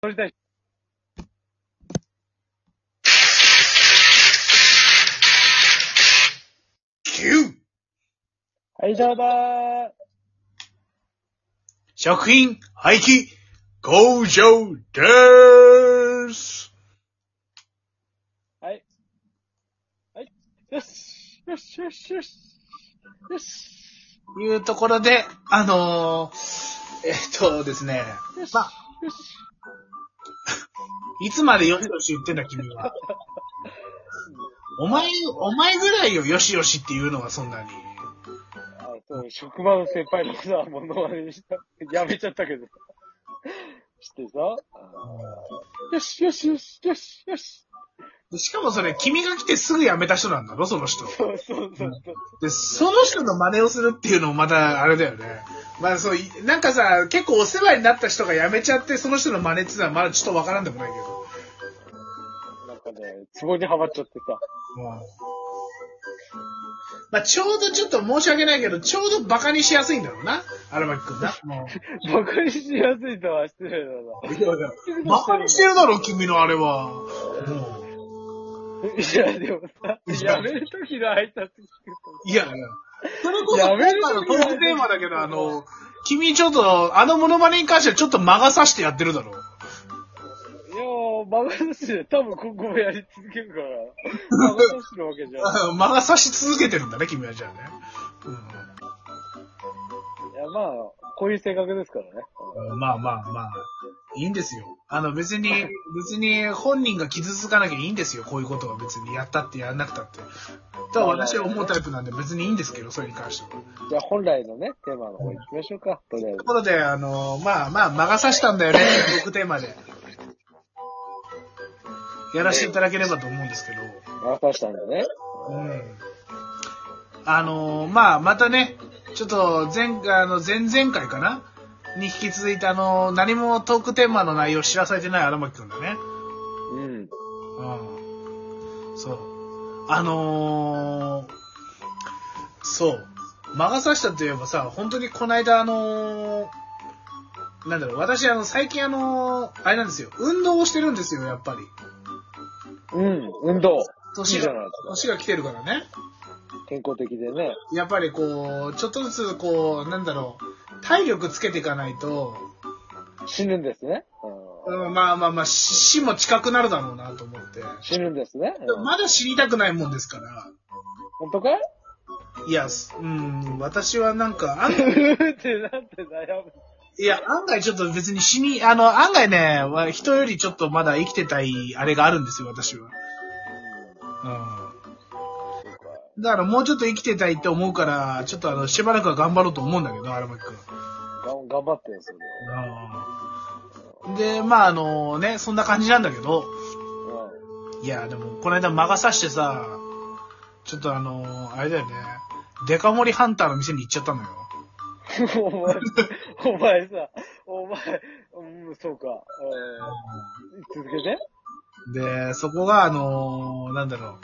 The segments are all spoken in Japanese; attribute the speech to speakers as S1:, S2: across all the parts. S1: 乗りたい。
S2: 9!
S1: はい、どうだ
S2: 食品廃棄工場でーす
S1: はい。はい。よし。よし、よし、よし。よし。
S2: いうところで、あのー、えっとですね、
S1: よし。
S2: まあ、
S1: よし。
S2: いつまでよしよし言ってんだ君は。 お前、お前ぐらいよ、よしよしっていうのはそんなに。
S1: あそう、職場の先輩のさ、ものまねにした。やめちゃったけど。してさ。よし、よし、よし、よし、よし。
S2: でしかもそれ、君が来てすぐ辞めた人なんだろ、その人。
S1: そうそうそうそう。
S2: で、その人の真似をするっていうのもまた、あれだよね。まあそう、いなんかさ、結構お世話になった人が辞めちゃって、その人の真似っていうのはまだちょっとわからんでもないけ
S1: な
S2: ど。
S1: んかね、ツボにはまっちゃってさ。
S2: まあ、ちょうどちょっと申し訳ないけど、ちょうど馬鹿にしやすいんだろうな、荒牧くんな。
S1: バカにしやすいとは失礼だ
S2: いやいや馬鹿にしてるだろ、君のあれは。も
S1: な。いや、でもさ、やめるときの挨拶聞く
S2: ういやいや。それこそ、
S1: や
S2: 今
S1: め
S2: 回
S1: る
S2: のトークテーマだけど、あの、君ちょっと、あのモノマネに関してはちょっと間が差してやってるだろ。
S1: と。いやー、バカにして、多分今後もやり続けるから。バカにしてるわけじゃん。
S2: あ間が差し続けてるんだね、君はじゃあね。
S1: いや、まあ、こういう性格ですからね。
S2: うん、まあまあまあ、いいんですよ。あの別に、別に本人が傷つかなきゃいいんですよ、こういうことは別に。やったってやらなくたって。とは私は思うタイプなんで別にいいんですけど、それに関しては。
S1: じゃあ本来のね、テーマの方行きましょうか。とりあえず
S2: と。ころで、あの、まあまあ、間が差したんだよね、トークテーマで。やらせていただければと思うんですけど。
S1: 流さしたんだね。
S2: うんあのーまあ、またね、ちょっと前回、あの、前々回かなに引き続いて、あのー何もトークテーマの内容知らされてない荒牧くんだね。
S1: うん。
S2: うん。そう。あのーそう。魔が差したといえばさ、本当にこの間あのーなんだろう、私あの、最近あのーあれなんですよ、運動をしてるんですよ、やっぱり。
S1: うん。運動。い
S2: 年
S1: いじ
S2: が
S1: ゃないです、か
S2: 年が来てるからね。
S1: 健康的でね。
S2: やっぱりこう、ちょっとずつこう、なんだろう、体力つけていかないと、
S1: 死ぬんですね。うん
S2: うんまあまあまあ、死死も近くなるだろうなと思って。
S1: 死ぬんですね。うん
S2: まだ死にたくないもんですから。
S1: 本当かい
S2: いや、すうん、私はなんか、あん
S1: うーってなって悩む。
S2: いや、案外ちょっと別に死に、あの、案外ね、わ人よりちょっとまだ生きてたい、あれがあるんですよ、私は。うん。だからもうちょっと生きてたいって思うから、ちょっとあの、しばらくは頑張ろうと思うんだけど、荒牧くん。
S1: がん頑張ってるんですよ。
S2: で、まああのね、そんな感じなんだけど、
S1: うん
S2: いや、でも、この間魔が差してさ、ちょっとあのあれだよね、デカ盛りハンターの店に行っちゃったのよ。
S1: お前、お前さ、お前、うん、そうか。うん続けて。
S2: で、そこがあのなんだろ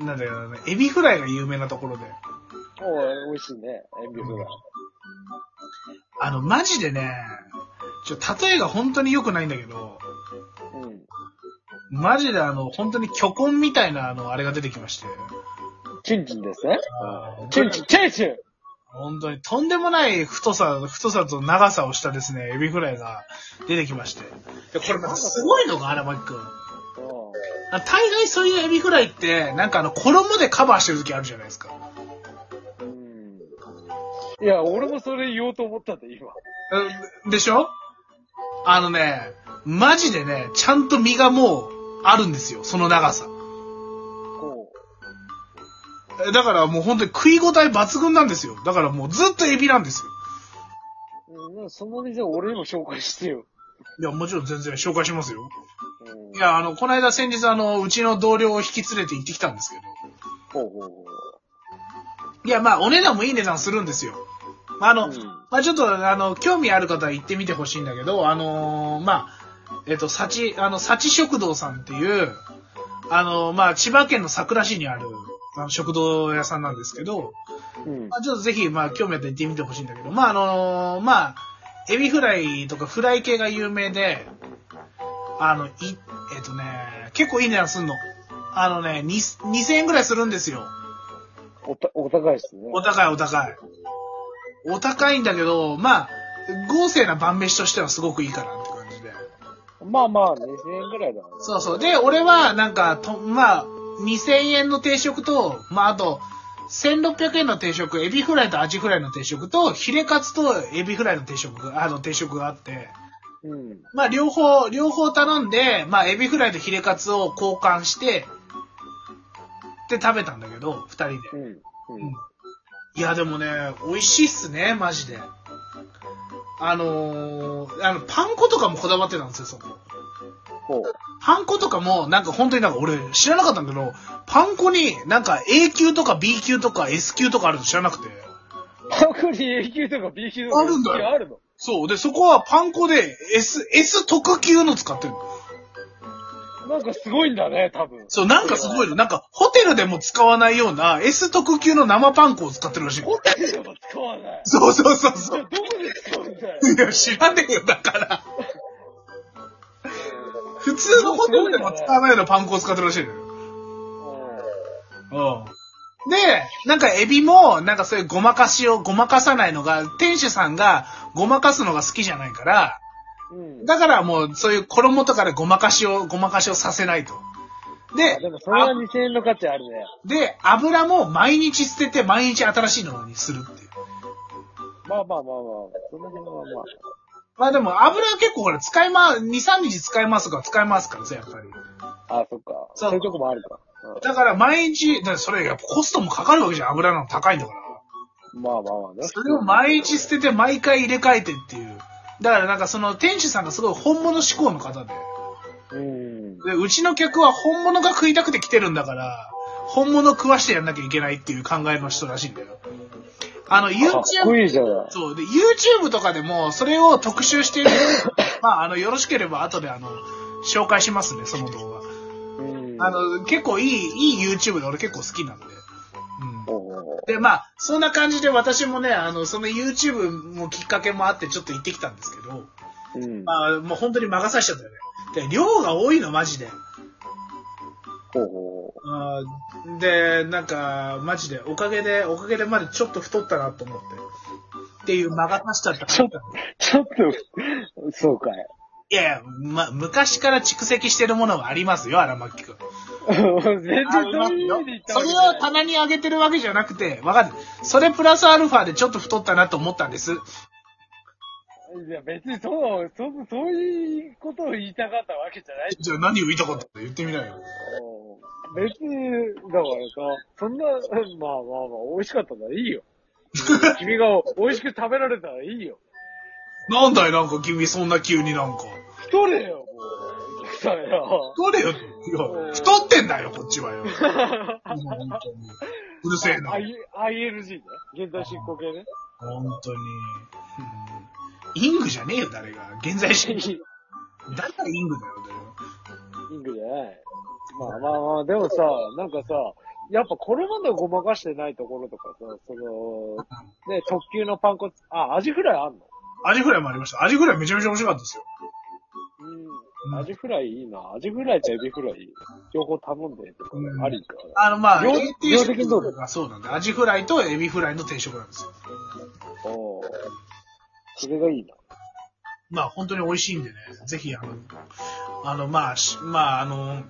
S2: う、なんだろうね、エビフライが有名なところで、
S1: おい、美味しいね。エビフライ。
S2: あの、マジでね、ちょ、例えが本当に良くないんだけど、
S1: うん。
S2: マジであの、本当に巨根みたいなあの、あれが出てきまして。
S1: チンチンですね。チンチン、チンチン
S2: 本当にとんでもない太さ、太さと長さをしたですね、エビフライが出てきまして。で、これまたすごいのが、荒牧く
S1: う
S2: ん。あ大概そういうエビフライって、なんかあの、衣でカバーしてる時あるじゃないですか。
S1: ん。うん。いや、俺もそれ言おうと思ったんだ、今。
S2: うんでしょあのね、マジでね、ちゃんと身がもう、あるんですよ、その長さ。
S1: こ
S2: えだからもう本当に食い応え抜群なんですよ。だからもうずっとエビなんですよ。
S1: う。うん、その店俺にも紹介してよ。
S2: いや、もちろん全然紹介しますよ。
S1: うん
S2: い。や、あの、この間先日あの、うちの同僚を引き連れて行ってきたんですけど。
S1: ほうほうほ
S2: いや、まあ、お値段もいい値段するんですよ。まあ、あの、
S1: う。うん。
S2: まあ、ちょっと、あの、興味ある方は行ってみてほしいんだけど、あのーまあ、えっと、さち、あの、さち食堂さんっていう、あのまあ、千葉県の佐倉市にある、あの、食堂屋さんなんですけど、
S1: うん
S2: ま。あ、ちょっとぜひ、まあ、興味あったら行ってみてほしいんだけど、まあ、あのーまあ、エビフライとかフライ系が有名で、あの、い、えっとね、結構いい値段すんの。あのね、に2000円ぐらいするんですよ。
S1: おた、お高いっすね。
S2: お高いお高い。お高いんだけど、まあ、豪勢な晩飯としてはすごくいいかなって感じで。
S1: まあまあ、2000円ぐらいだからね。
S2: そうそう。で、俺は、なんか、と、まあ、2000円の定食と、まあ、あと、1600円の定食、エビフライとアジフライの定食と、ヒレカツとエビフライの定食が、あの、定食があって、
S1: うん。
S2: まあ、両方、両方頼んで、まあ、エビフライとヒレカツを交換して、で、食べたんだけど、二人で。
S1: うん。うん。
S2: いや、でもね、美味しいっすね、マジで。あのー、あの、パン粉とかもこだわってたんですよ、そこ。
S1: こ
S2: パン粉とかも、なんか本当になんか俺知らなかったんだけど、パン粉になんか A 級とか B 級とか S 級とかあるの知らなくて。
S1: う。パンクに A 級とか B 級とか
S2: あるんだよ
S1: あるの
S2: そう。で、そこはパン粉で S、S 特級の使ってるの。
S1: なんかすごいんだね、多分。
S2: そう、なんかすごいの。なんかホテルでも使わないような S 特級の生パン粉を使ってるらしい。
S1: ホテルでも使わない。
S2: そうそうそう
S1: じ
S2: そ
S1: ゃあ
S2: う。
S1: どこで使うんだよ。
S2: いや、知らねえよ、だから。普通のホテルでも使わないようなパン粉を使ってるらしいのよ。うん。で、なんかエビも、なんかそういうごまかしを、ごまかさないのが、店主さんがごまかすのが好きじゃないから、
S1: うん。うん。
S2: だからもうそういう衣とかでごまかしを、ごまかしをさせないと。で
S1: あ、でもそれは2000円の価値あるね。
S2: で、油も毎日捨てて毎日新しいのにするっていう。
S1: まあまあまあまあ。その辺はまあ。
S2: まあでも油は結構ほら使いま、2、3日使いますから使いますからさ、やっぱり。
S1: あそっか。
S2: そ
S1: そうういうとこもあるか。
S2: だから毎日、だからそれやっぱコストもかかるわけじゃん、油の高いんだから。
S1: うんまあまあまあね。
S2: それを毎日捨てて毎回入れ替えてっていう。だからなんかその店主さんがすごい本物志向の方で。
S1: うん。
S2: で、うちの客は本物が食いたくて来てるんだから、本物食わしてやんなきゃいけないっていう考えの人らしいんだよ。あの、
S1: かっこ
S2: YouTube、
S1: いいじゃない。
S2: そう、で、YouTube とかでもそれを特 集している。まあ、あの、よろしければ後であの、紹介しますね、その動画。
S1: うん。
S2: あ、の、結構いい、いい YouTube で俺結構好きなんで。うん。
S1: おう
S2: で、まあ、そんな感じで私もね、あの、その YouTube もきっかけもあってちょっと行ってきたんですけど、
S1: うん。
S2: まあ、もう本当に任さしちゃったよね。で、量が多いの、マジで。
S1: ほうほ
S2: あーで、なんか、マジで、おかげで、おかげでまでちょっと太ったなと思って。っていう魔が差しちゃった。
S1: ちょっとう。ちょっと、そうかい。
S2: いやいや、ま、昔から蓄積してるものはありますよ、荒牧くん。
S1: 全然
S2: あ
S1: そ
S2: りま
S1: う
S2: す
S1: いう意
S2: よ
S1: 味で言った
S2: そ
S1: わ
S2: れ
S1: けじ
S2: を
S1: ゃない。
S2: 棚に上げてるわけじゃなくて、わかる。それプラスアルファでちょっと太ったなと思ったんです。
S1: いや、別にそう、そう、そういうことを言いたかったわけじゃない。
S2: じゃあ何を言いたかったか言ってみないよ。
S1: おう別に、だからさ、そんな、まあまあまあ、美味しかったならい いよ。君が美味しく食べられたらいいよ。
S2: なんだよ、なんか君、そんな急になんか。
S1: 太れよ、もう。さよ。
S2: 太れよ。いや、太ってんだよ、こっちはよ。もう本当にうるせえな。
S1: I- ILG ね。現在進行形ね。
S2: 本当に。うんイングじゃねえよ、誰が。現在 進行。だからイングだよ、
S1: イングじゃない。まあまあまあ、でもさ、なんかさ、やっぱこれまでごまかしてないところとかさ、その、ね、特急のパン粉、あ、アジフライあんの
S2: アジフライもありました。アジフライめちゃめちゃ面白かったですよ。
S1: うん。アジフライいいな。アジフライとエビフライ、両方頼んでとか、ありか。
S2: あの、まあ、
S1: 量
S2: A 定
S1: 量的
S2: 食
S1: にどうだ
S2: がそうなんで、アジフライとエビフライの定食なんですよ。
S1: おーそれがいいな。
S2: まあ、本当に美味しいんでね、ぜひ、あの、あの、まあ、しまあ、あの、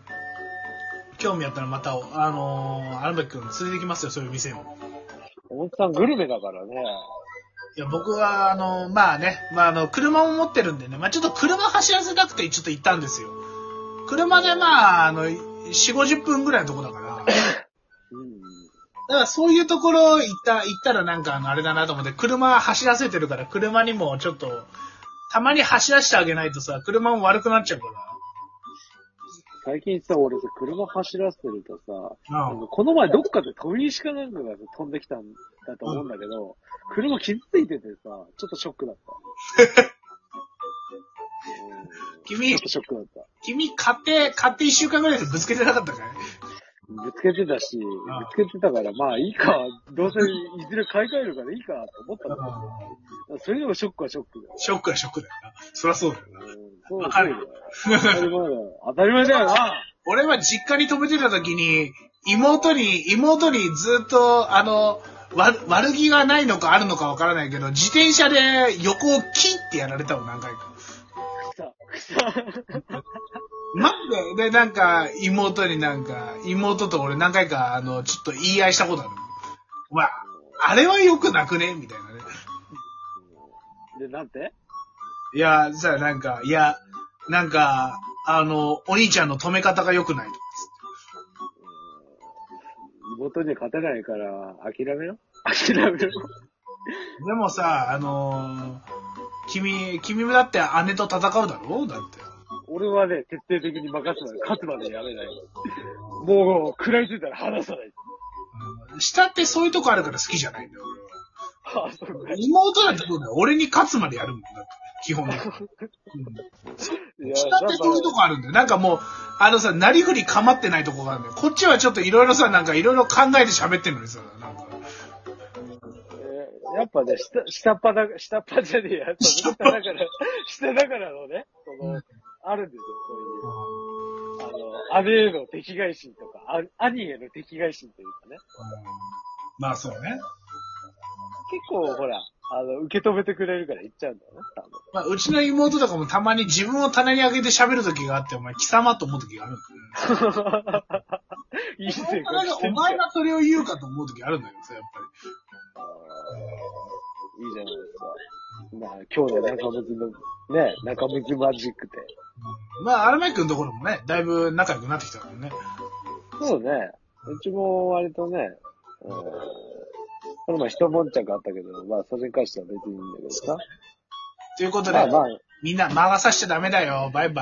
S2: 興味あったらまた、あの、アルバキ君連れてきますよ、そういう店を。
S1: おっさんグルメだからね。
S2: いや、僕は、あの、まあね、まあ、あの、車も持ってるんでね、まあ、ちょっと車走らせたくて、ちょっと行ったんですよ。車で、まあ、あの、4、50分ぐらいのとこだから、だか
S1: うん。
S2: らそういうところ行った、行ったらなんか、あの、あれだなと思って、車走らせてるから、車にもちょっと、たまに走らせてあげないとさ、車も悪くなっちゃうから。
S1: 最近さ、俺さ、車走らせてるとさ、
S2: な
S1: あのこの前どっかで鳥石かなんかが飛んできたんだと思うんだけど、車傷ついててさ、ちょっとショックだった。 うん
S2: 君
S1: ちょっとショックだった。
S2: 君、買って、買って一週間ぐらいでぶつけてなかったかい
S1: ぶつけてたし、ぶ
S2: ああ
S1: つけてたから、まあいいか、どうせいずれ買い替えるからいいかと思ったんだそれでもショックはショックだよ。
S2: ショックはショックだよな。そりゃそうだよな。
S1: うんそう
S2: わ
S1: そ
S2: か
S1: う
S2: る
S1: だよ。当たり前だよ。当たり前だよな。
S2: 俺は実家に泊めてた時に、妹に、妹にずっと、あの、わ悪気がないのかあるのかわからないけど、自転車で横をキッてやられたもん、何回か。
S1: 草、草。
S2: マジで、で、なんか、妹になんか、妹と俺何回か、あの、ちょっと言い合いしたことある。まあ、あれは良くなくねみたいなね。
S1: で、なんて
S2: いや、さ、なんか、いや、なんか、あの、お兄ちゃんの止め方が良くないと。
S1: 妹に勝てないから、諦めろ。諦めろ。
S2: でもさ、あのー君、君もだって姉と戦うだろだって。
S1: 俺はね、徹底的に任すまで、勝つまでやめない。もう、食らいついたら離さない。
S2: うん下ってそういうとこあるから好きじゃないんだよ、俺は。
S1: あ、そうか。い
S2: 妹だってそうだよ。俺に勝つまでやるもんだって。基本的に。うん
S1: や、
S2: 下ってそういうとこあるんだよ。なんかもう、あのさ、なりふり構ってないとこがあるんだよ。こっちはちょっといろいろさ、なんかいろいろ考えて喋ってんのにさ、なんか。
S1: えーやっぱね、下、下っ端だ、下っ端じゃねえや。下だから、 下だからのね、その、あるんですよ、そういう。あの、姉への敵外心とか、あ兄への敵外心というかね。
S2: まあそうね。
S1: 結構、ほら、あの、受け止めてくれるから言っちゃうんだよね、多分。
S2: まあ、うちの妹とかもたまに自分を棚に上げて喋る時があって、お前貴様と思う時が あるんだよね。
S1: いい生
S2: お前
S1: 活してん
S2: がお
S1: じゃん。い
S2: 前がそれを言うかと思う時あるんだけどさ、やっぱり。
S1: いじゃないですか。まあ、今日の中向きの、ね、中向きマジックで。
S2: まあ、荒牧君のところもね、だいぶ仲良くなってきたからね。
S1: そうね。うちも割とね、うん、この前一悶着あったけど、まあ、それに関しては別にいいんだけどさ。
S2: ということで、
S1: まあまあ、
S2: みんな魔が差しちゃダメだよ。バイバイ。